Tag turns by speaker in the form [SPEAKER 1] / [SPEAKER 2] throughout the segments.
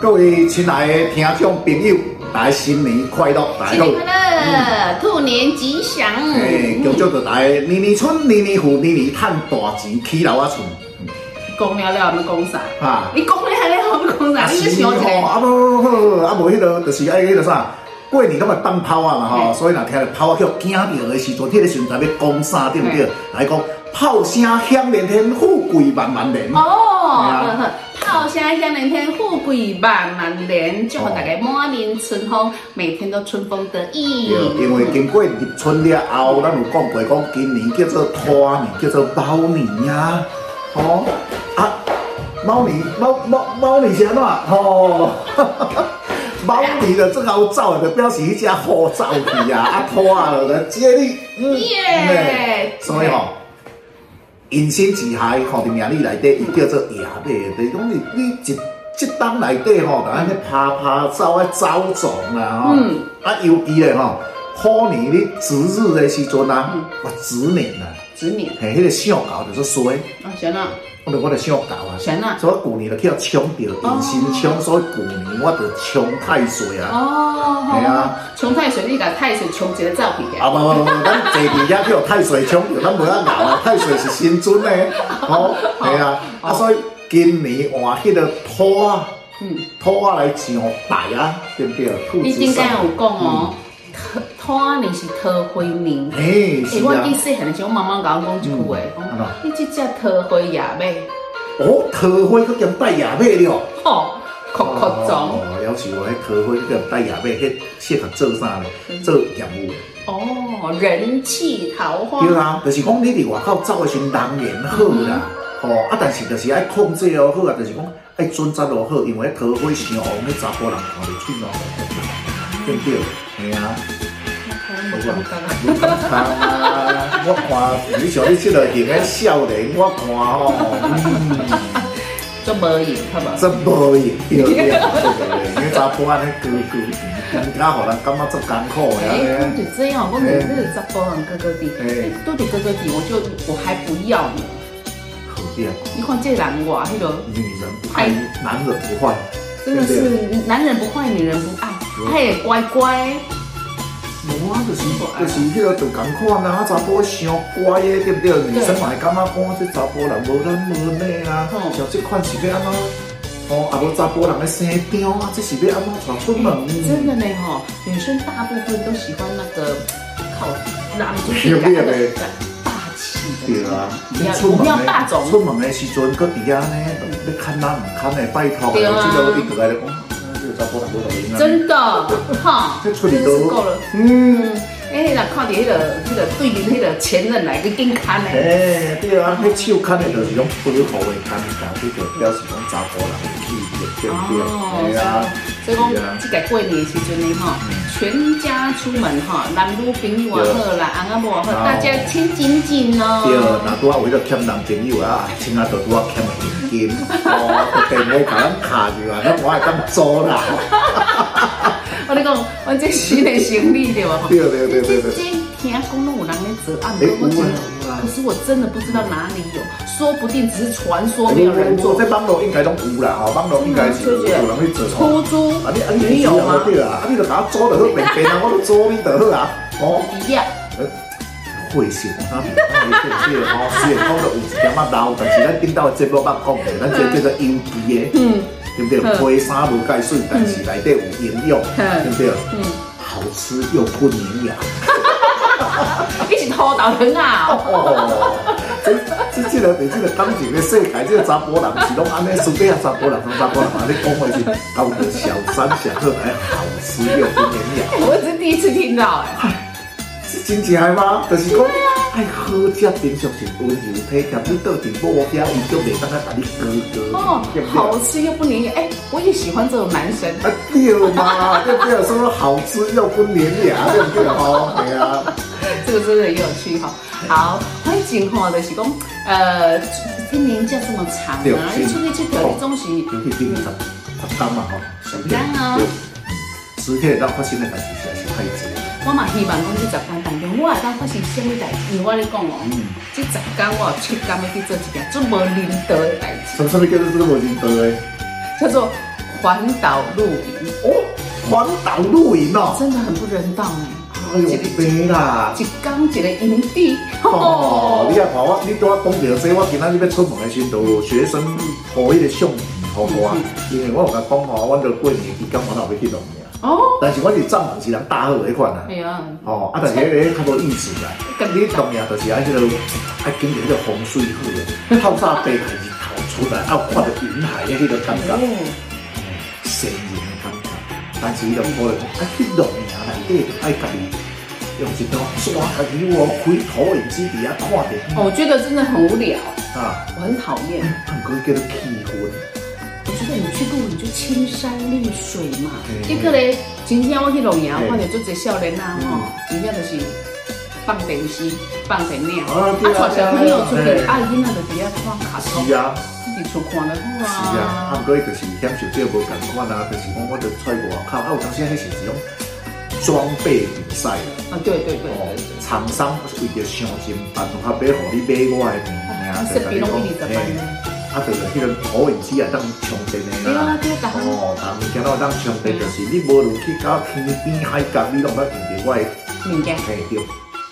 [SPEAKER 1] 各位亲爱的听众朋友，大家新年快乐，大家
[SPEAKER 2] 新
[SPEAKER 1] 好
[SPEAKER 2] 年。快乐，兔年吉祥。
[SPEAKER 1] 诶，恭祝大家年年春、年年富、年年赚大钱，起楼啊厝。
[SPEAKER 2] 讲了了，要讲啥？
[SPEAKER 1] 啊
[SPEAKER 2] 你讲了了，要讲啥？你去想一
[SPEAKER 1] 吼，
[SPEAKER 2] 下。
[SPEAKER 1] 啊无好，啊无迄落，就是爱迄落啥。过年咁咪放炮啊嘛吼，
[SPEAKER 2] 嘿
[SPEAKER 1] 所以若听到炮啊叫惊着的时阵，迄个时阵才要讲啥对不对
[SPEAKER 2] 嘿？
[SPEAKER 1] 来讲炮声响连天，富贵万万年。
[SPEAKER 2] 哦
[SPEAKER 1] 对啊
[SPEAKER 2] 呵呵，炮声响连天，富贵万万年，祝福大家满面春风，每天都春风得意。
[SPEAKER 1] 对，因为经过入春了后，咱有讲过讲，今年叫做兔年，叫做猫年呀、啊，哦，啊，猫年，猫猫猫年是安怎？吼、 哦，猫年就真好走的，就表示迄只虎走去啊，啊兔啊就来接你，嗯
[SPEAKER 2] 耶
[SPEAKER 1] 嘿所以吼、引申之下，吼，伫名理内底，伊叫做野马，就是讲你你一即当内底吼，就安尼趴趴走啊走撞啊，吼、
[SPEAKER 2] 嗯
[SPEAKER 1] 啊尤其咧吼，虎年你值日的时阵啊，我值年啊，
[SPEAKER 2] 子女，
[SPEAKER 1] 嘿，迄、个相狗就是衰，
[SPEAKER 2] 啊，行了，
[SPEAKER 1] 我就我就相狗啊，
[SPEAKER 2] 行了。
[SPEAKER 1] 所以我旧年就去互冲着，引申冲，所以旧年我就冲太衰啊。
[SPEAKER 2] 哦，
[SPEAKER 1] 对啊，
[SPEAKER 2] 穷太水，你把太水穷一个照片
[SPEAKER 1] 啊，
[SPEAKER 2] 给。
[SPEAKER 1] 无无无，咱坐伫遐叫太水冲着，咱无遐熬啊，太水是新准的，吼、系啊，啊，所以今年换迄个兔啊，
[SPEAKER 2] 嗯，
[SPEAKER 1] 兔啊来上大啊，对不对？兔
[SPEAKER 2] 你
[SPEAKER 1] 子
[SPEAKER 2] 今天
[SPEAKER 1] 上，
[SPEAKER 2] 有讲哦，桃桃年是桃花年。
[SPEAKER 1] 嘿、
[SPEAKER 2] 欸，
[SPEAKER 1] 是
[SPEAKER 2] 我
[SPEAKER 1] 啊
[SPEAKER 2] 记，细汉的时候，我妈妈甲我讲一句话，
[SPEAKER 1] 嗯
[SPEAKER 2] 讲你即只桃花野马，
[SPEAKER 1] 哦，桃花佮兼带野马了，
[SPEAKER 2] 吼，酷酷壮，
[SPEAKER 1] 哦，要是我迄桃花佮兼带野马，迄适合做啥呢？做业务。
[SPEAKER 2] 哦，人气桃花，
[SPEAKER 1] 对啊，就是讲你伫外口走的时阵人缘好啦，吼、啊，但是就是爱控制哦好啊，就是讲爱准则落好，因为迄桃花上红，迄查甫人看着出咯，对不对？系啊，
[SPEAKER 2] 我感觉
[SPEAKER 1] 你讲啥啊？我看你像你即类型的少年，我看吼、
[SPEAKER 2] 足无用，好无？
[SPEAKER 1] 真无用，对不对？因为查甫安尼规规，人家互人感觉足艰苦的安
[SPEAKER 2] 哎，
[SPEAKER 1] 尼
[SPEAKER 2] 就。这样，我每日在波浪哥哥地，
[SPEAKER 1] 哎
[SPEAKER 2] 都得哥哥地，我就我还不要你，
[SPEAKER 1] 好点，
[SPEAKER 2] 你看这人哇，迄个
[SPEAKER 1] 女人不爱，男人不坏。
[SPEAKER 2] 真的是男人不坏，女人不爱，他也乖乖，
[SPEAKER 1] 无啊，就是就是迄个就共款啊，啊查甫伤乖的，对不对？女生嘛会感觉讲这查甫人无咱无内啊，
[SPEAKER 2] 嗯
[SPEAKER 1] 像这款是要安怎？哦，啊无查甫人的生张啊，这是要安怎带出门？
[SPEAKER 2] 真的呢吼，女生大部分都喜欢那个靠男主
[SPEAKER 1] 有
[SPEAKER 2] 角
[SPEAKER 1] 没有
[SPEAKER 2] 那
[SPEAKER 1] 嘞
[SPEAKER 2] 个大气的，
[SPEAKER 1] 对啊，
[SPEAKER 2] 你
[SPEAKER 1] 你
[SPEAKER 2] 要
[SPEAKER 1] 出
[SPEAKER 2] 我
[SPEAKER 1] 门
[SPEAKER 2] 们要大
[SPEAKER 1] 的
[SPEAKER 2] 种，
[SPEAKER 1] 出门的时阵，搁伫遐呢，你看咱毋看的，拜托，
[SPEAKER 2] 对啊
[SPEAKER 1] 即个伊过来就讲，啊这个查甫人无路用啊。
[SPEAKER 2] 真的哈，
[SPEAKER 1] 这
[SPEAKER 2] 真
[SPEAKER 1] 处理
[SPEAKER 2] 是
[SPEAKER 1] 都
[SPEAKER 2] 够了。
[SPEAKER 1] 嗯，
[SPEAKER 2] 哎，那看到那个那个对面那个前任来个硬看呢，
[SPEAKER 1] 哎，对啊，迄手牵的就是种保护的感觉，这就表示讲查甫人的气质，对不对？对啊。
[SPEAKER 2] 哦
[SPEAKER 1] 嗯
[SPEAKER 2] 所以
[SPEAKER 1] 对
[SPEAKER 2] 讲
[SPEAKER 1] 啊
[SPEAKER 2] 这个过年的时阵呢哈，全家出门哈，男女朋友也好啦，阿阿婆也好，
[SPEAKER 1] 哦
[SPEAKER 2] 大家亲紧紧
[SPEAKER 1] 对，
[SPEAKER 2] 哦。
[SPEAKER 1] 那拄啊为了欠男朋友啊，亲啊就拄啊欠现金，哦，电话甲咱卡住啊，咱我会咁做啦。
[SPEAKER 2] 我跟你讲，我这新的行李对吧？
[SPEAKER 1] 对对对对
[SPEAKER 2] 这
[SPEAKER 1] 对，
[SPEAKER 2] 听讲拢有人在折按
[SPEAKER 1] 哎
[SPEAKER 2] 摩，我真的
[SPEAKER 1] 有啊有啊
[SPEAKER 2] 可是我真的不知道哪里有，说不定只是传说，没有人做。
[SPEAKER 1] 哎在网络应该拢有啦，吼，网络应该是有人去做吼。
[SPEAKER 2] 出租
[SPEAKER 1] 啊你啊你
[SPEAKER 2] 没有吗？
[SPEAKER 1] 对啊，啊你就甲我做就好，平平啊，我都做你就好啊，哦。
[SPEAKER 2] 不要，
[SPEAKER 1] 会是，啊，对对吼，虽然讲有一点仔老，但是咱顶头节目捌讲的，咱这叫做优质的，
[SPEAKER 2] 嗯
[SPEAKER 1] 对不对？配衫无介水，但是内底有营养，对不对？
[SPEAKER 2] 嗯，
[SPEAKER 1] 好吃又不营养。
[SPEAKER 2] 你是哦偷导人啊？
[SPEAKER 1] 哦，这这这个在这个感情的世界，这个查甫人是拢安尼，输底下查甫人同查甫人安尼讲话是搞得小三小二还好吃又不营养，
[SPEAKER 2] 哎我是第一次听到哎、
[SPEAKER 1] 是真正的吗？就是讲爱好食平常是温柔体贴，你倒伫某遐，伊就袂当甲你哥哥，
[SPEAKER 2] 哦
[SPEAKER 1] 对，不
[SPEAKER 2] 好
[SPEAKER 1] 对？
[SPEAKER 2] 吃又不粘眼，哎、我也喜欢这种男生。
[SPEAKER 1] 啊对嘛，对不对？说说好吃又不营养，对不对？哦，对啊，
[SPEAKER 2] 这个真的很有趣哈。好，反正吼就是讲，呃，一年假这么长
[SPEAKER 1] 对
[SPEAKER 2] 啊，你出去佚佗，你总是
[SPEAKER 1] 尤其平常发单嘛吼，
[SPEAKER 2] 简单啊。
[SPEAKER 1] 实体咱发生的代志实在是太多了。
[SPEAKER 2] 我嘛希望讲这十天当中，我也当发生什么代志，因为我咧讲哦，
[SPEAKER 1] 嗯
[SPEAKER 2] 这十天我有七天要去做一件足无仁德的代志，
[SPEAKER 1] 什么什么叫做这个无人道的？
[SPEAKER 2] 叫做环岛露营，
[SPEAKER 1] 哦，环岛露营哦，
[SPEAKER 2] 真的很不人道哎、
[SPEAKER 1] 哎呦，别啦！
[SPEAKER 2] 一缸一个营地，
[SPEAKER 1] 哦，
[SPEAKER 2] 哦
[SPEAKER 1] 你，也看我，你对我讲着这，我今仔日要出门的时阵，就有学生互迄个相片互我，因为我有甲讲吼，阮着过年期间我若要去弄尔，
[SPEAKER 2] 哦，
[SPEAKER 1] 但是我是帐篷是人搭好的迄款啊
[SPEAKER 2] 哎。呀，
[SPEAKER 1] 哦，啊，但是迄个迄较无意思啦。你当然就是爱迄个爱经历迄个风水好的，透早爬开日头出来，啊，有看到云海的迄个感觉，
[SPEAKER 2] 哦，
[SPEAKER 1] 神人的感觉。但是伊就可能啊，去农业内底爱家己用一道山家己我开土用纸伫遐看电
[SPEAKER 2] 我觉得真的很无聊，
[SPEAKER 1] 影啊，
[SPEAKER 2] 我很讨厌。
[SPEAKER 1] 啊，毋过叫做气氛。
[SPEAKER 2] 我觉得你去露营就青山绿水嘛，
[SPEAKER 1] 嗯
[SPEAKER 2] 一个嘞，今天我去露营，
[SPEAKER 1] 嗯
[SPEAKER 2] 我看到做这少年啊吼，真正就是放电视、放电影，
[SPEAKER 1] 啊
[SPEAKER 2] 啊，
[SPEAKER 1] 对啊
[SPEAKER 2] 带小朋友出
[SPEAKER 1] 对
[SPEAKER 2] 去，
[SPEAKER 1] 啊
[SPEAKER 2] 啊，囡仔就伫遐看卡通
[SPEAKER 1] 是，啊，
[SPEAKER 2] 自己厝看了看
[SPEAKER 1] 是啊，啊，
[SPEAKER 2] 啊
[SPEAKER 1] 毋，过伊就是享受这无共款啊，就是讲我着出去外口，啊，有当时迄是一种装备比赛啦。
[SPEAKER 2] 啊，对对对
[SPEAKER 1] 哦
[SPEAKER 2] 对对，，
[SPEAKER 1] 厂商为着想尽办法要互你买我的物件，
[SPEAKER 2] 啊，设备拢比你十
[SPEAKER 1] 嘿
[SPEAKER 2] 万呢，
[SPEAKER 1] 啊，就是迄个投影机啊，当充电的
[SPEAKER 2] 对啊
[SPEAKER 1] 啦。
[SPEAKER 2] 对啊，逐项
[SPEAKER 1] 哦，但物件当充电，就是你无论去到天边海角，你拢捌用着我的
[SPEAKER 2] 物件
[SPEAKER 1] 嘿对。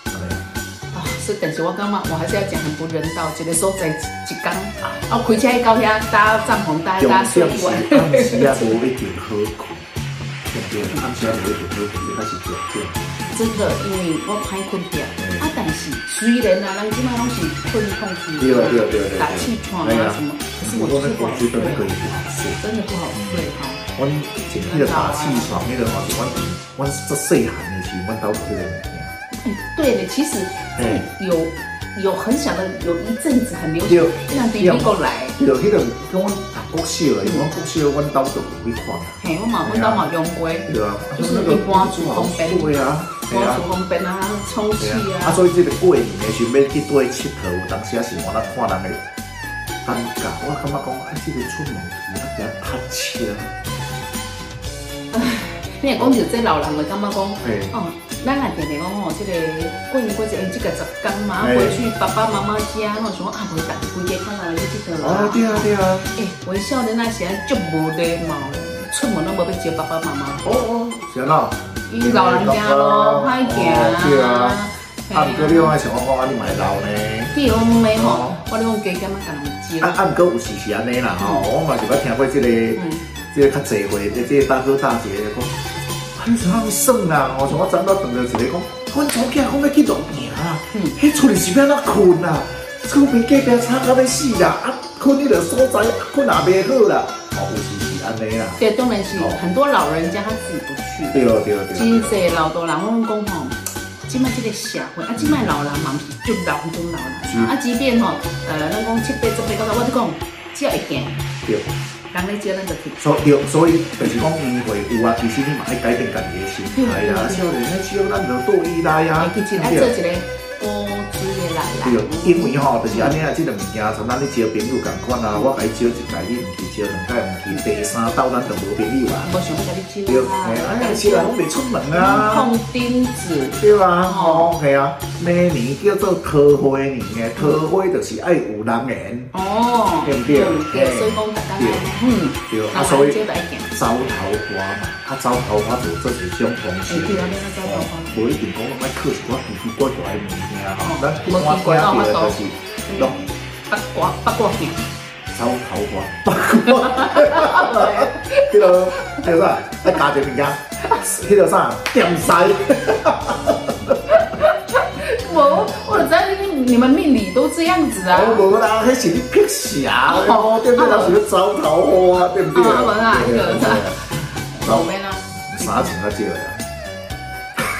[SPEAKER 1] 安尼
[SPEAKER 2] 啊，是，但是我感觉我还是要讲很不人道，一个所在一工，啊，开车去到遐搭帐篷搭
[SPEAKER 1] 重
[SPEAKER 2] 搭
[SPEAKER 1] 点是
[SPEAKER 2] 睡馆，
[SPEAKER 1] 暗时啊，无一定好困，对不对？暗时啊，无一定好困，这才是重点。
[SPEAKER 2] 真的，因为我歹困觉，
[SPEAKER 1] 嗯
[SPEAKER 2] 啊，但是虽然啊，咱即摆拢是困空
[SPEAKER 1] 对
[SPEAKER 2] 虚，
[SPEAKER 1] 啊，对啊，对啊，对啊。
[SPEAKER 2] 打气喘
[SPEAKER 1] 哎呀
[SPEAKER 2] 啊什么，可是
[SPEAKER 1] 我
[SPEAKER 2] 我
[SPEAKER 1] 说那
[SPEAKER 2] 就是不
[SPEAKER 1] 广
[SPEAKER 2] 好
[SPEAKER 1] 西
[SPEAKER 2] 睡
[SPEAKER 1] 都那个也
[SPEAKER 2] 啊，
[SPEAKER 1] 不好睡。
[SPEAKER 2] 真的不好睡哈。
[SPEAKER 1] 阮前迄个打气床，迄个嘛是阮阮做细汉的时候，阮兜有迄个物件。
[SPEAKER 2] 嗯对的，其实
[SPEAKER 1] 嗯
[SPEAKER 2] 有有很小的有一阵子很流
[SPEAKER 1] 对
[SPEAKER 2] 行，让 B B 过来，
[SPEAKER 1] 就迄个跟阮读国小的，因为阮国小阮兜就有迄款啊，
[SPEAKER 2] 嘿，我嘛，我都嘛用过，
[SPEAKER 1] 对啊，对啊，对
[SPEAKER 2] 我
[SPEAKER 1] 啊
[SPEAKER 2] 手。工边啊，充气
[SPEAKER 1] 对啊，啊，
[SPEAKER 2] 啊，
[SPEAKER 1] 所以这个过年的时候要去对佚佗，有当时也是我咱看人的尴尬，我感觉讲啊，这个出门去啊，比较拍车，
[SPEAKER 2] 你若讲就这老人就感觉讲。
[SPEAKER 1] 嘿，
[SPEAKER 2] 哦，咱也定定讲吼，即个过年过节，因即个十天嘛，啊
[SPEAKER 1] 哎
[SPEAKER 2] 回去爸爸妈妈家，我想啊，无逐个规家看来去佚佗
[SPEAKER 1] 啊，
[SPEAKER 2] 啦。
[SPEAKER 1] 对啊，对啊，
[SPEAKER 2] 诶，哎我少年那时足无礼貌，出门拢无要招爸爸妈妈，
[SPEAKER 1] 哦哦，是啦，
[SPEAKER 2] 伊老人家咯，歹行
[SPEAKER 1] 啊对啊，啊，毋过你
[SPEAKER 2] 对
[SPEAKER 1] 讲
[SPEAKER 2] 啊，
[SPEAKER 1] 爱想我讲啊，你咪老呢。
[SPEAKER 2] 对啊，妹吼，我拢加减啊，甲人
[SPEAKER 1] 啊
[SPEAKER 2] 招。
[SPEAKER 1] 啊，毋过有时是安尼啦吼，我嘛是捌听过即、个
[SPEAKER 2] 嗯，
[SPEAKER 1] 即、个较侪回，即、个大哥大姐讲，啊，你怎样耍啦？啊我像我昨到撞到一个讲，阮早起讲要去露营啊，
[SPEAKER 2] 嗯
[SPEAKER 1] 迄厝里是要安怎困啊？厝边隔壁吵到要死啦，啊，困迄个所在啊困也袂好啦，哦，有时是安尼啦，
[SPEAKER 2] 对，当然是
[SPEAKER 1] 哦
[SPEAKER 2] 很多老人家他自己不去。
[SPEAKER 1] 对对对对
[SPEAKER 2] 真济啊老大人，我拢讲吼，即摆即个社会啊，即摆老人嘛毋是就老迄种老人，
[SPEAKER 1] 嗯
[SPEAKER 2] 啊，即便吼，呃，咱讲七八十岁，到我就讲，只要会行，
[SPEAKER 1] 对，
[SPEAKER 2] 人咧招咱就去。
[SPEAKER 1] 哦所以对所以就是讲年会有啊，其实你嘛爱改变家己的心啊态啦，少年的时候咱就多依赖啊，
[SPEAKER 2] 会去进来做一个高资的奶奶
[SPEAKER 1] 对，因为吼，就是安尼啊，即两物件，像咱咧招朋友共款啊，我甲伊招一届，你毋去招两届，毋去第三斗，咱就无朋友啊。
[SPEAKER 2] 无想要甲你
[SPEAKER 1] 对，
[SPEAKER 2] 招
[SPEAKER 1] 哎，
[SPEAKER 2] 啦，
[SPEAKER 1] 哎，是啊，拢未出门啊。
[SPEAKER 2] 碰钉子，
[SPEAKER 1] 对啊，吼，系啊，每年叫做桃花年诶，桃花就是爱有人缘，
[SPEAKER 2] 哦，
[SPEAKER 1] 对不对
[SPEAKER 2] 对，所以讲大家来，嗯，
[SPEAKER 1] 对啊，
[SPEAKER 2] 老
[SPEAKER 1] 所
[SPEAKER 2] 人
[SPEAKER 1] 以
[SPEAKER 2] 招来行，
[SPEAKER 1] 招桃花嘛，啊，招桃花就做一种方式哦
[SPEAKER 2] 会。去安尼啊个招桃花。
[SPEAKER 1] 无一定讲拢爱靠一寡奇奇怪怪诶物件吼，咱
[SPEAKER 2] 无
[SPEAKER 1] 我
[SPEAKER 2] 哦奇怪到
[SPEAKER 1] 听
[SPEAKER 2] 法
[SPEAKER 1] 着
[SPEAKER 2] 度
[SPEAKER 1] 就是，
[SPEAKER 2] 啊
[SPEAKER 1] 拢
[SPEAKER 2] 八卦八卦行，
[SPEAKER 1] 烧桃花，
[SPEAKER 2] 呃
[SPEAKER 1] 迄个迄个啥，再加一个物件，迄啊个啥，点西，
[SPEAKER 2] 我我只知道你们命理都这样子啊。
[SPEAKER 1] 我无啦，迄是你撇啥？哦，对不对？那是要烧桃花，啊对不对？
[SPEAKER 2] 后面呢？
[SPEAKER 1] 啥情啊？这个呀？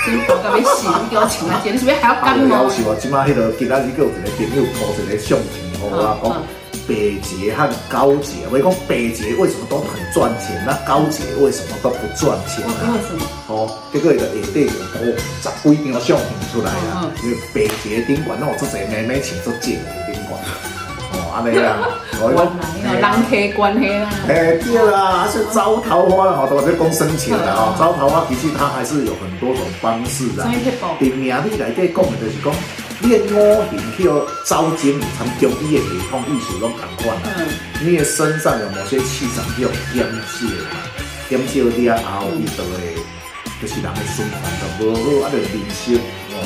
[SPEAKER 2] 你搞到要死，你表情啊，姐，你是不是还要
[SPEAKER 1] 啊，
[SPEAKER 2] 干
[SPEAKER 1] 有
[SPEAKER 2] 我
[SPEAKER 1] 要？求啊！即摆迄个今仔日佫有一个朋友 po 一个相片互我啊讲。百节和高节，我讲百节为什么都很赚钱，那高节为什么都不赚钱
[SPEAKER 2] 我
[SPEAKER 1] 啊？
[SPEAKER 2] 为什么？
[SPEAKER 1] 哦，结果伊就下底就铺十几张相片出来啊
[SPEAKER 2] 嗯，
[SPEAKER 1] 因为白一个顶管拢有足侪妹妹穿足少的顶管，哦，安尼啊， 我
[SPEAKER 2] 原来
[SPEAKER 1] 嘿啊
[SPEAKER 2] 啊，人客嗯关系啦。
[SPEAKER 1] 哎，对啦，是招桃花啦，或者讲生钱啦，哦，招桃花其实它还是有很多种方式
[SPEAKER 2] 什
[SPEAKER 1] 啊
[SPEAKER 2] 么。撇步？
[SPEAKER 1] 伫名字内底讲的就是讲，迄个五行迄个招金参中医的系统意思拢同款啊。
[SPEAKER 2] 嗯，
[SPEAKER 1] 你的身上有某些气场叫点少，点少了后，伊就会就是人的循环就无好，啊，就面色哦，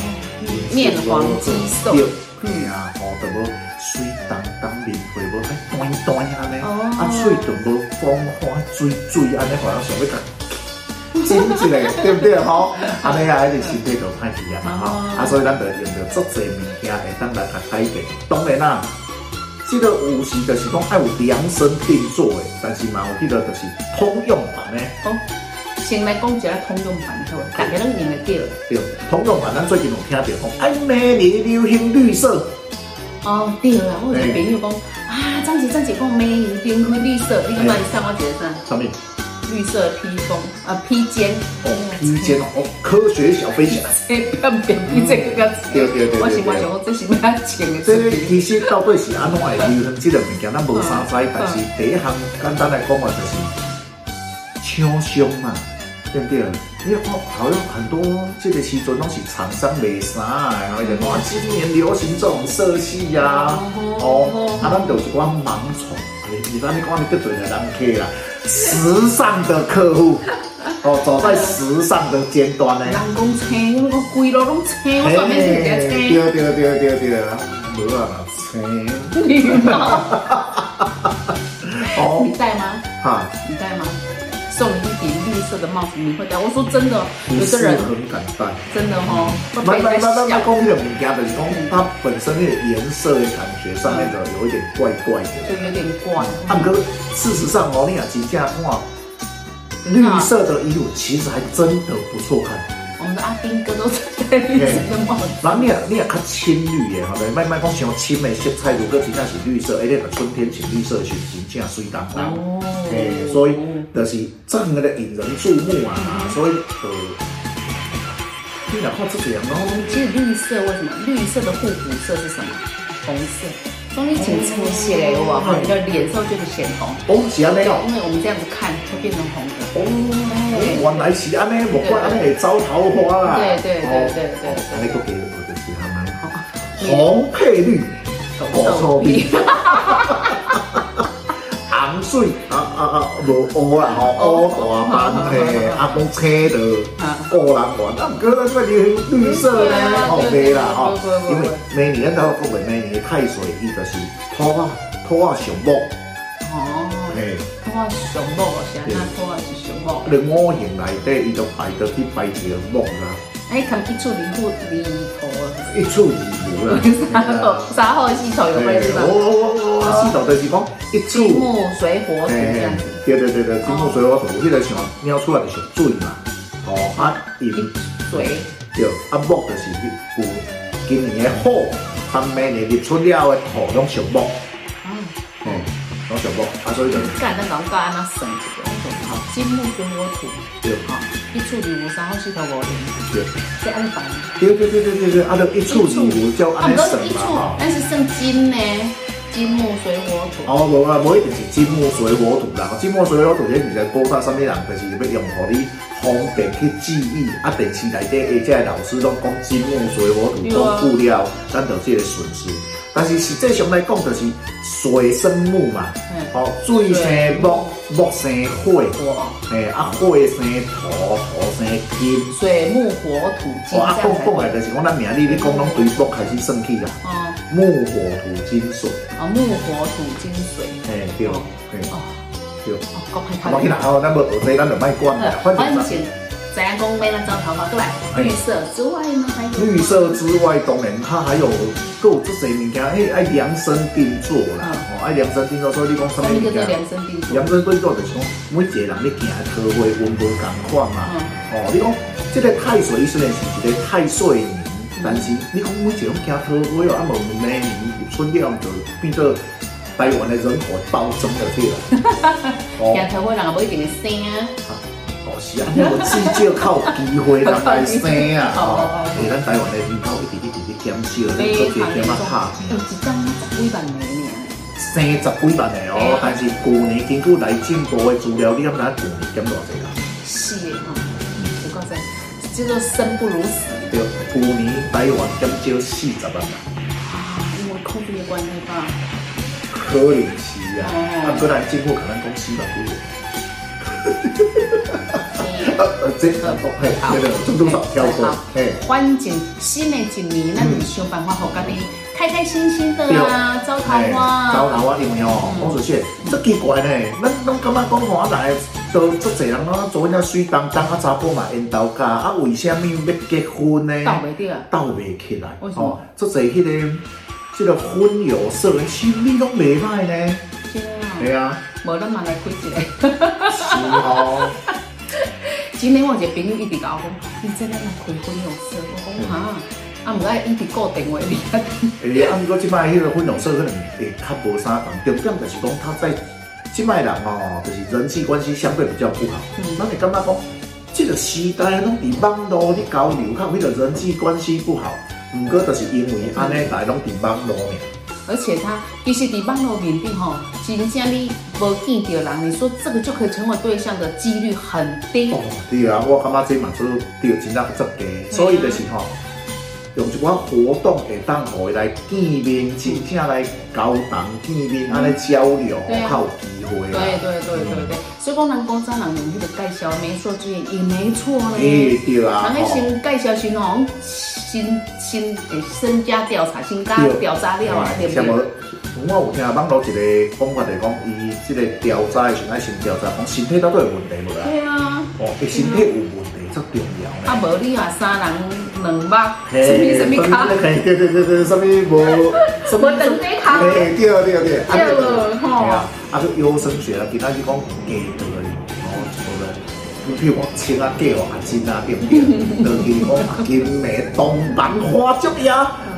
[SPEAKER 2] 面黄肌瘦
[SPEAKER 1] 对，嘿啊，吼，就无水当当面皮无哎端端安尼，
[SPEAKER 2] 哦
[SPEAKER 1] 啊，嘴就无风花水水安尼，互人想要甲。整一个对不对吼？安尼啊，迄个身体就歹去啊嘛
[SPEAKER 2] 哦
[SPEAKER 1] 吼，啊，所以咱就用着足侪物件会当来甲改变。当然啦，这个有时就是讲爱有量身定做的，但是嘛，有迄个就是通用版的，
[SPEAKER 2] 讲先来讲一下通用版好，大家拢用得到。
[SPEAKER 1] 对，通用版咱最近有听到讲，哎，每年流行绿色，
[SPEAKER 2] 哦，对啦，我有一个朋友讲啊，张姐张姐讲美女冰和绿色，你干嘛送我一个啥？
[SPEAKER 1] 上面
[SPEAKER 2] 绿色披风啊，披肩。嗯
[SPEAKER 1] 哦，披肩哦，科学小飞侠，
[SPEAKER 2] 这变变比这个较多
[SPEAKER 1] 对对对对对
[SPEAKER 2] 我想我想，这是要穿的
[SPEAKER 1] 这
[SPEAKER 2] 出
[SPEAKER 1] 个
[SPEAKER 2] 去。
[SPEAKER 1] 其实到底是安怎会流行这个物件，咱无啥知，但是第一项简单来讲话就是抢商嘛，对不对？因为我好像很多这个时阵拢是厂商卖衫的，然后就哇，今年流行这种色系呀、哦，啊，咱就是讲盲从，你咱你讲你得罪的人客啦，时尚的客户，哦，走在时尚的尖端呢。
[SPEAKER 2] 人讲青，我讲规路拢青，我专门是一
[SPEAKER 1] 嘿
[SPEAKER 2] 只
[SPEAKER 1] 对
[SPEAKER 2] 青。
[SPEAKER 1] 对对对对，无啊，青
[SPEAKER 2] 你吗？
[SPEAKER 1] 哦
[SPEAKER 2] 你，戴吗？
[SPEAKER 1] 哈，
[SPEAKER 2] 你戴吗？送你一顶绿色的帽子，你会戴？我说真的哦，
[SPEAKER 1] 不
[SPEAKER 2] 有的
[SPEAKER 1] 是
[SPEAKER 2] 人
[SPEAKER 1] 很敢戴。
[SPEAKER 2] 真的哦，会
[SPEAKER 1] 慢
[SPEAKER 2] 被
[SPEAKER 1] 慢
[SPEAKER 2] 人
[SPEAKER 1] 慢慢
[SPEAKER 2] 家
[SPEAKER 1] 慢
[SPEAKER 2] 笑。
[SPEAKER 1] 讲这个物件，就是讲它本身那个颜色的感觉上面的有一点怪怪
[SPEAKER 2] 就
[SPEAKER 1] 的。
[SPEAKER 2] 有点怪，
[SPEAKER 1] 啊，不过事实上哦，你啊真正看绿色的衣服，其实还真的不错看。
[SPEAKER 2] 我们的阿兵哥都戴绿色的帽子，
[SPEAKER 1] 然后你啊你啊较浅绿的，吼，就是慢慢讲像深的色彩，如果真正是绿色，哎，那个春天浅绿色的是真正水当当。
[SPEAKER 2] 哦
[SPEAKER 1] 哎、所以就是这样的引人注目啊，所以呃，你哪怕这个人哦，
[SPEAKER 2] 其实绿色为什么？绿色的互补色是什么？红色。中医请出血有啊，哈，你的脸上就是显红，
[SPEAKER 1] 哦是安尼哦，
[SPEAKER 2] 因为我们这样子看会变成红的。
[SPEAKER 1] 哦，原来是安尼，莫怪安尼会招桃花啦，
[SPEAKER 2] 对对对对
[SPEAKER 1] 啊哦
[SPEAKER 2] 对
[SPEAKER 1] 安尼个给我就是他们
[SPEAKER 2] 哦，
[SPEAKER 1] 红配绿，哦
[SPEAKER 2] 红手臂，
[SPEAKER 1] 红水啊啊啊，无乌啦吼，乌大斑嘿，啊讲青的，个人玩，啊，不过咱这个流行绿色呢，哦袂啦吼，因为每年咱都讲过，每年的太水伊就是土啊土啊上木，
[SPEAKER 2] 哦，
[SPEAKER 1] 嘿。
[SPEAKER 2] 拖熊猫哦，是啊，那拖是熊猫。
[SPEAKER 1] 你五行内底，伊就排到去排一个木啦，
[SPEAKER 2] 哎，看一处离户离头啊了，
[SPEAKER 1] 一处二牛啦。
[SPEAKER 2] 啥后啥后系统有关系吧
[SPEAKER 1] 我？我我我系统就是讲一
[SPEAKER 2] 金
[SPEAKER 1] 处，
[SPEAKER 2] 木水火土这样子，
[SPEAKER 1] 对对对对，金木水火土，迄个像鸟出来就是水嘛，哦啊
[SPEAKER 2] 一
[SPEAKER 1] 银
[SPEAKER 2] 水
[SPEAKER 1] 对，啊木就是有今年的火，含明年立春了的土拢属木，
[SPEAKER 2] 啊，
[SPEAKER 1] 嗯，拢属木，啊所以就
[SPEAKER 2] 干那老干那省这个，好，金木水火土，
[SPEAKER 1] 对
[SPEAKER 2] 好，一处离五三后系统五零，
[SPEAKER 1] 对
[SPEAKER 2] 这安排。
[SPEAKER 1] 对对对对对对，啊就一处二牛叫
[SPEAKER 2] 啊，
[SPEAKER 1] 安尼
[SPEAKER 2] 不
[SPEAKER 1] 算
[SPEAKER 2] 是一
[SPEAKER 1] 嘛
[SPEAKER 2] 处
[SPEAKER 1] 吼，。
[SPEAKER 2] 但是剩金呢，金木水火土。
[SPEAKER 1] 哦，无啦，无一定是金木水火土啦。金木水火土迄毋是古早啥物人，就是要用互你方便去记忆。啊，电视内底诶，即个老师拢讲金木水火土
[SPEAKER 2] 对啊
[SPEAKER 1] 讲久了，咱就即个损失。但是实际上来讲，就是水生木嘛，
[SPEAKER 2] 嗯
[SPEAKER 1] 哦，水生木，木生火，
[SPEAKER 2] 火
[SPEAKER 1] 诶、啊，火生土，土生金。
[SPEAKER 2] 水木火土金这
[SPEAKER 1] 我啊
[SPEAKER 2] 样，
[SPEAKER 1] 讲讲
[SPEAKER 2] 子。
[SPEAKER 1] 诶，就是讲咱明仔日你讲拢对木开始算起啦，
[SPEAKER 2] 哦
[SPEAKER 1] 木火土金水，
[SPEAKER 2] 哦，木火土金水。
[SPEAKER 1] 诶、对，
[SPEAKER 2] 哦
[SPEAKER 1] 嘿
[SPEAKER 2] 哦
[SPEAKER 1] 对。
[SPEAKER 2] 哦，够快
[SPEAKER 1] 啊，冇去啦，
[SPEAKER 2] 看。
[SPEAKER 1] 吼，咱无学这，咱就卖管啦。反
[SPEAKER 2] 我
[SPEAKER 1] 正
[SPEAKER 2] 以前怎样讲买那张头发过来，绿色之外呢还有
[SPEAKER 1] 绿色之外，当然它还有够这些物件，哎，爱量身定做啦，哦，爱量身定做，所以你讲什
[SPEAKER 2] 什
[SPEAKER 1] 么
[SPEAKER 2] 么
[SPEAKER 1] 物
[SPEAKER 2] 叫做
[SPEAKER 1] 件？
[SPEAKER 2] 量身
[SPEAKER 1] 量？身
[SPEAKER 2] 定做
[SPEAKER 1] 定做就是讲，每一个人你行的科会温度同款嘛。
[SPEAKER 2] 嗯
[SPEAKER 1] 哦，你讲这个太岁虽然是一个太岁年，但是你讲每一个人行科会哦，啊，无明年入春了就变做台湾的人口暴增了对了。哦
[SPEAKER 2] 行头发人也不一定会生啊。
[SPEAKER 1] 哦，是啊，因为至少靠机会人来生啊，哦，诶，咱台湾的人口一直一直在减少，你
[SPEAKER 2] 非
[SPEAKER 1] 做
[SPEAKER 2] 常
[SPEAKER 1] 加减
[SPEAKER 2] 严
[SPEAKER 1] 啊
[SPEAKER 2] 重
[SPEAKER 1] 拍，
[SPEAKER 2] 哎有
[SPEAKER 1] 拼，
[SPEAKER 2] 一张十几万的呢。
[SPEAKER 1] 生十几万的哦，但是旧年根据来进步的资料，你敢知影旧年减偌济啦？
[SPEAKER 2] 哦是的哈，我告诉你，叫做生不如死。
[SPEAKER 3] 对，去年台湾减少四十万人，
[SPEAKER 2] 因为 COVID 的关系吧，
[SPEAKER 3] 可能是啊。
[SPEAKER 2] 哦
[SPEAKER 3] 啊，不然政府可能公司嘛，不
[SPEAKER 2] 嗯
[SPEAKER 1] 呃，这个嘿，
[SPEAKER 2] 哎
[SPEAKER 1] 这个从多少跳过，嘿，
[SPEAKER 2] 反正新的一年，咱就想办法互家己开开心心的啊，招桃
[SPEAKER 1] 嘿，
[SPEAKER 2] 花
[SPEAKER 1] 招。桃花因为哦，讲实说，这奇怪呢，咱咱感觉讲华来都足侪人拢做那水当当啊，查甫嘛缘投嫁，啊，为什么要结婚呢？
[SPEAKER 2] 到袂着，
[SPEAKER 1] 斗袂起来，
[SPEAKER 2] 为什么，
[SPEAKER 1] 足侪迄个，即个婚友社的心理拢袂歹呢，
[SPEAKER 2] 真的啊，
[SPEAKER 1] 对啊，
[SPEAKER 2] 无咱嘛来开一个。
[SPEAKER 1] 是哦，
[SPEAKER 2] 今天我有一个朋友一直甲我讲，你真咱来开婚友社，我讲哈，啊，毋过爱一直固定话你啊，
[SPEAKER 1] 诶，啊，毋过即摆迄个婚友社可能会较无啥共，重点就是讲他在即摆人哦，就是人际关系相对比较不好，
[SPEAKER 2] 嗯
[SPEAKER 1] 咱会感觉讲，即、个时代拢伫网络咧交流，较迄个人际关系不好，毋过就是因为安尼，大家拢伫网络尔，
[SPEAKER 2] 而且他其实伫网络面顶吼，真正你无见着人，你说这个就可以成为对象的几率很低。
[SPEAKER 1] 哦，对啊，我感觉这嘛做对真正足低，所以就是吼、用一寡活动会当互伊来见面，真正来交谈见面，安尼交流
[SPEAKER 2] 对啊
[SPEAKER 1] 较有机会啦。
[SPEAKER 2] 对对对对对，所以讲人讲咱人用迄个介绍媒妁之言也没错
[SPEAKER 1] 诶、
[SPEAKER 2] 嘞。
[SPEAKER 1] 对啊，
[SPEAKER 2] 人咧
[SPEAKER 1] 吼
[SPEAKER 2] 先介绍先吼，先先诶身家调查，身家调查了啊，对不
[SPEAKER 1] 像
[SPEAKER 2] 对
[SPEAKER 1] 无？，我有听网络一个讲法，就是讲伊即个调查的时阵，先调查讲身体到底有问题无啦？
[SPEAKER 2] 对啊，
[SPEAKER 1] 哦，伊身体有问题才重要
[SPEAKER 2] 啊
[SPEAKER 1] 呢。
[SPEAKER 2] 无你啊三人两目，什
[SPEAKER 1] 嘿
[SPEAKER 2] 么什么卡，
[SPEAKER 1] 嘿对对对对，什么 无，什
[SPEAKER 2] 无长短卡，
[SPEAKER 1] 嘿，对对对，啊
[SPEAKER 2] 对吼
[SPEAKER 1] 对啊，啊个优生学啊，其他是讲嫁对的，哦，无论你譬如讲穿啊嫁哦，啊金啊对不对？两个讲啊金梅东南花烛夜，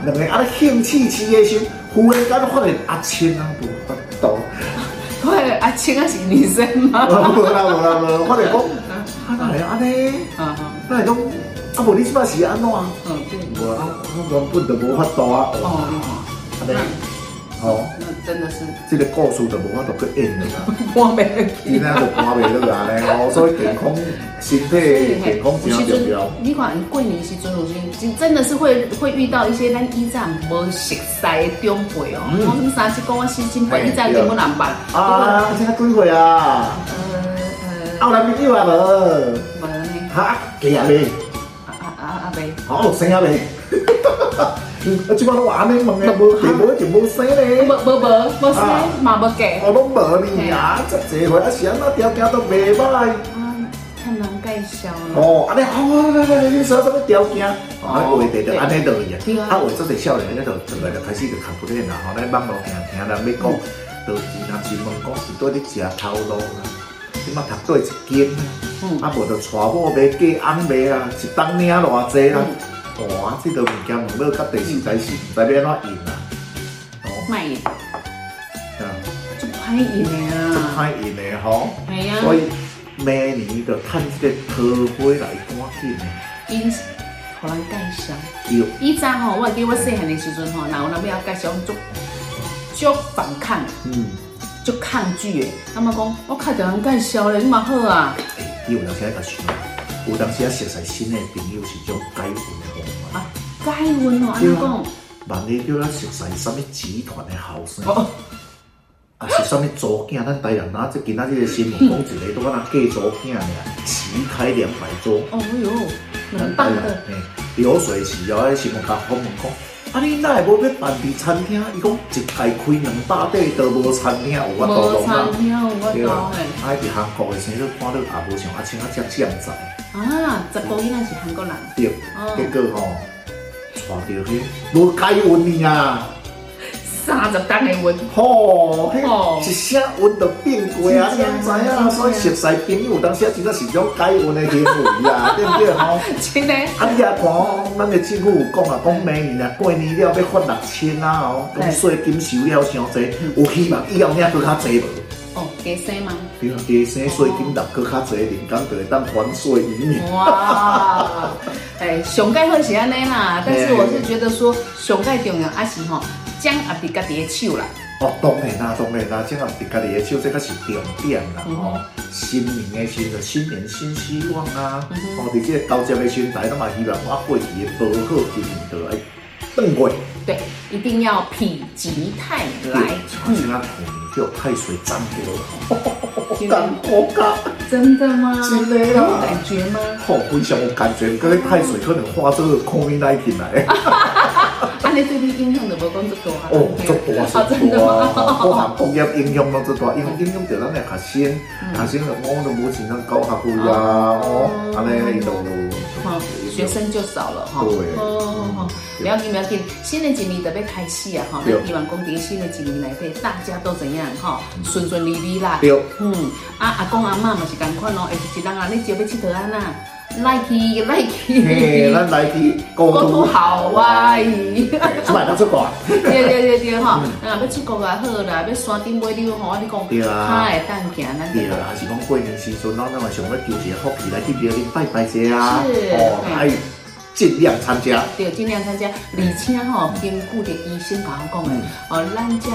[SPEAKER 1] 两个啊咧兴起起的时候，忽然间发现啊亲啊无法度，
[SPEAKER 2] 对啊，亲啊是女生
[SPEAKER 1] 啊
[SPEAKER 2] 吗？
[SPEAKER 1] 无啦无啦无啦，我就讲啊哪会安尼，
[SPEAKER 2] 啊
[SPEAKER 1] 哪会讲啊无你即摆是安怎？无
[SPEAKER 2] 嗯对，
[SPEAKER 1] 啊，我原本就无法度啊，
[SPEAKER 2] 哦，
[SPEAKER 1] 安尼，吼，
[SPEAKER 2] 那真的是
[SPEAKER 1] 即个故事就无法度去演了啦。
[SPEAKER 2] 我没问题。
[SPEAKER 1] 今仔就看袂落来咧，哦，所以健康、身体健康真重要。
[SPEAKER 2] 你看过年时阵，有时真真的是会会遇到一些咱以前无熟悉的长辈哦。
[SPEAKER 1] 嗯
[SPEAKER 2] 我们三七讲我四亲辈，以前根本难办。
[SPEAKER 1] 啊，现在几岁啊？
[SPEAKER 2] 呃呃，
[SPEAKER 1] 后来朋友啊无？
[SPEAKER 2] 无呢？
[SPEAKER 1] 哈，嫁啊未？
[SPEAKER 2] 啊啊啊啊未，
[SPEAKER 1] 哦，生啊未？啊，即摆拢安尼问诶，无结无就无生咧
[SPEAKER 2] 无。无无无生嘛无嫁。
[SPEAKER 1] 我拢无呢啊，这这岁啊是安那条件都袂歹。
[SPEAKER 2] 啊，太难介绍了。
[SPEAKER 1] 哦，安尼好啊，来来来，你说什么条件？哦，话题就安尼落去啊。啊，有做者少年，咱就从来就开始就看不见啦。吼，咱网络听听人要讲，就其他新闻讲是对你食头路啦，你嘛读对一间
[SPEAKER 2] 嗯
[SPEAKER 1] 啦，啊无就娶某买嫁翁买啦，一当领偌济啦。哇，这个物件问到甲第四代是毋知要安怎用啦。哦，
[SPEAKER 2] 卖淫，
[SPEAKER 1] 啊，
[SPEAKER 2] 就歹淫的
[SPEAKER 1] 真
[SPEAKER 2] 啊。
[SPEAKER 1] 歹用的吼。
[SPEAKER 2] 哎呀，
[SPEAKER 1] 所以明年就趁这个桃花来赶紧的，啊
[SPEAKER 2] 因互人介绍。
[SPEAKER 1] 对。
[SPEAKER 2] 以前吼，我会记我细汉的时阵吼，若有人要介绍，我足足反抗，
[SPEAKER 1] 嗯，
[SPEAKER 2] 足抗拒的。阿妈讲，我看到人介绍咧，你嘛好啊。
[SPEAKER 1] 哎，你有当时啊，甲想，有当时啊，熟识新的朋友是种解运的方法。
[SPEAKER 2] 啊，解运哦，安尼讲，
[SPEAKER 1] 万一叫咱熟识什么集团的后生，
[SPEAKER 2] 哦，
[SPEAKER 1] 啊是什么组囝，咱台南啊哪这今仔日个新闻讲一个都敢若嫁组囝尔，旗开两百桌，
[SPEAKER 2] 哦哟，很棒的，
[SPEAKER 1] 嘿，流水席哦，迄新闻甲访问讲。啊！你哪会无要办伫餐厅？伊讲一台开两百块都无餐厅有法度
[SPEAKER 2] 无
[SPEAKER 1] 弄啊
[SPEAKER 2] 餐！厅有哎我
[SPEAKER 1] 对啦
[SPEAKER 2] 懂，诶。
[SPEAKER 1] 啊，伫韩国的生日看到也无像啊，像啊遮酱仔，
[SPEAKER 2] 啊，十个囡仔是韩国人，
[SPEAKER 1] 对，
[SPEAKER 2] 哦
[SPEAKER 1] 结果吼，娶到迄无解运呢啊，
[SPEAKER 2] 三十单的运，
[SPEAKER 1] 吼，
[SPEAKER 2] 哦
[SPEAKER 1] 迄一声运就变过啊，你
[SPEAKER 2] 真
[SPEAKER 1] 也
[SPEAKER 2] 正
[SPEAKER 1] 知影啊，所以熟识朋友有当时啊真正是种解运的行为 啊，对不对吼？
[SPEAKER 2] 真的。
[SPEAKER 1] 啊，你也看哦，咱的政府有讲啊，讲明年啊，过年了要发六千啊哦，
[SPEAKER 2] 对
[SPEAKER 1] 讲税金收了伤济，有希望以后领搁较济无？
[SPEAKER 2] 哦，加生吗？
[SPEAKER 1] 对啊，加生税金六搁较济，人工就会当还税于民。
[SPEAKER 2] 哇，哎，上盖好是 啊安尼啦，但是我是觉得说上盖重要还是吼，掌握伫家己的手啦。
[SPEAKER 1] 哦，当然啦，当然啦，这个伫家己的手，这个是重点啦，
[SPEAKER 2] 嗯
[SPEAKER 1] 吼、新年的时阵，新年新希望啊，
[SPEAKER 2] 嗯哼
[SPEAKER 1] 哦，伫这个交接的时阵，大家嘛希望我过去的无好今年就来转过，
[SPEAKER 2] 对，一定要否极泰来，
[SPEAKER 1] 好
[SPEAKER 2] 嗯，
[SPEAKER 1] 像啊，叫太水涨掉，
[SPEAKER 2] 因为
[SPEAKER 1] 哦干国家，
[SPEAKER 2] 真的吗？
[SPEAKER 1] 真的
[SPEAKER 2] 有
[SPEAKER 1] 啦。
[SPEAKER 2] 感觉吗？
[SPEAKER 1] 好，非常有感觉，个太水可能化作 COVID 19来，
[SPEAKER 2] 安尼对你影响就无讲这大啊
[SPEAKER 1] 哦，足大
[SPEAKER 2] 啊，真
[SPEAKER 1] 足
[SPEAKER 2] 的
[SPEAKER 1] 大
[SPEAKER 2] 吗？
[SPEAKER 1] 啊，各行各业影响拢足大，因为影响着咱的学生，
[SPEAKER 2] 嗯
[SPEAKER 1] 学生就我都无钱通搞学费啊，哦，安尼伊就
[SPEAKER 2] 哦，学生就少了哈。
[SPEAKER 1] 对
[SPEAKER 2] 哦，哦不要紧，不要紧，新的一年特别开始啊哈。
[SPEAKER 1] 对
[SPEAKER 2] 那希望讲伫新的一年内底，大家都怎样哈，顺顺利利啦。
[SPEAKER 1] 对，
[SPEAKER 2] 嗯，啊阿公阿嬷嘛是共款咯，会是一人啊，你就要佚佗啊呐，来去来
[SPEAKER 1] 嘿，
[SPEAKER 2] 去，
[SPEAKER 1] 咱来去沟
[SPEAKER 2] 国土
[SPEAKER 1] 通
[SPEAKER 2] 好 啊伊。
[SPEAKER 1] 嘿出来咱出国，
[SPEAKER 2] 对对对对吼，啊，要出国也好啦，要山顶买溜吼，我你讲，
[SPEAKER 1] 对啊
[SPEAKER 2] 他会当行咱
[SPEAKER 1] 对啊
[SPEAKER 2] 就
[SPEAKER 1] 啦，还是讲过年时阵，咱咱嘛想要求一个福气来去庙里拜拜者啊，
[SPEAKER 2] 是
[SPEAKER 1] 哦，还尽量参加，
[SPEAKER 2] 对，尽量参加，而且吼、根据着医生甲我讲
[SPEAKER 1] 嗯
[SPEAKER 2] 的，哦，咱遮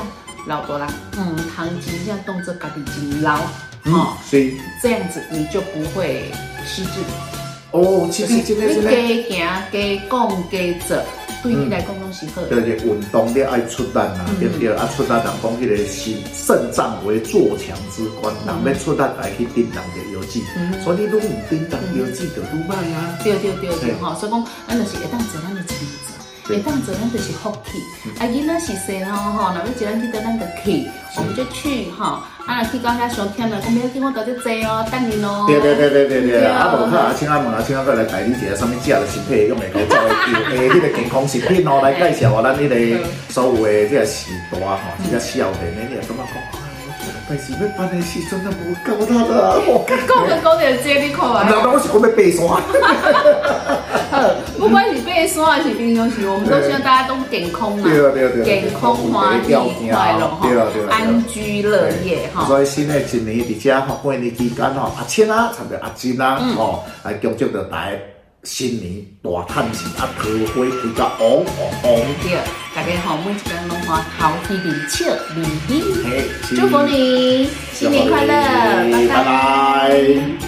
[SPEAKER 2] 老大人唔通真正当做家己真老，吼、
[SPEAKER 1] 嗯，所以
[SPEAKER 2] 这样子你就不会失智，
[SPEAKER 1] 哦，
[SPEAKER 2] 就
[SPEAKER 1] 这
[SPEAKER 2] 是
[SPEAKER 1] 个这个这个。
[SPEAKER 2] 你加行、加讲、加做，对你来讲拢是好的。
[SPEAKER 1] 就是运动你爱出力啊，对不对？啊，出力人讲迄个心肾脏为做强之官，人要出力来去叮人的腰子，所以你愈唔叮人腰子就愈歹啊。
[SPEAKER 2] 对对对对
[SPEAKER 1] 对
[SPEAKER 2] 吼，所以讲，咱就是会当做咱的职责，
[SPEAKER 1] 对嗯
[SPEAKER 2] 会当做咱就是福气。啊，囡仔是生吼吼，若要叫咱去到咱就去，我们就去吼。啊，若去到遐上天了，讲不要紧，我到这坐哦，等你咯。
[SPEAKER 1] 对对对对对对，啊，无卡啊，请阿问啊，请阿过来带你一下什么食的身体用的口罩的诶，迄个健康食品哦，来介绍咱迄个所有的这个时代吼，这个少年的，你也感觉讲，但是要办的时阵，那无够他啦，我
[SPEAKER 2] 讲着讲着这，你看啊。
[SPEAKER 1] 那我是讲要爬山。
[SPEAKER 2] 好，不管是爬山还是平常时，我们都希望大家都健康嘛，
[SPEAKER 1] 对啊对啊对啊
[SPEAKER 2] 健康欢喜快乐哈
[SPEAKER 1] 对啊对啊对啊，
[SPEAKER 2] 安居乐业哈。
[SPEAKER 1] 所以新的一年伫遮吼，过年期间吼，阿亲啊，参着阿亲啊，吼、来恭祝着大家新年大赚钱啊，桃花开到旺旺旺。
[SPEAKER 2] 对，大家好，每一天拢欢好喜面笑面ยิ้，
[SPEAKER 1] 嘿，
[SPEAKER 2] 祝福你新年快乐，
[SPEAKER 1] 祝福你拜
[SPEAKER 2] 拜拜
[SPEAKER 1] 拜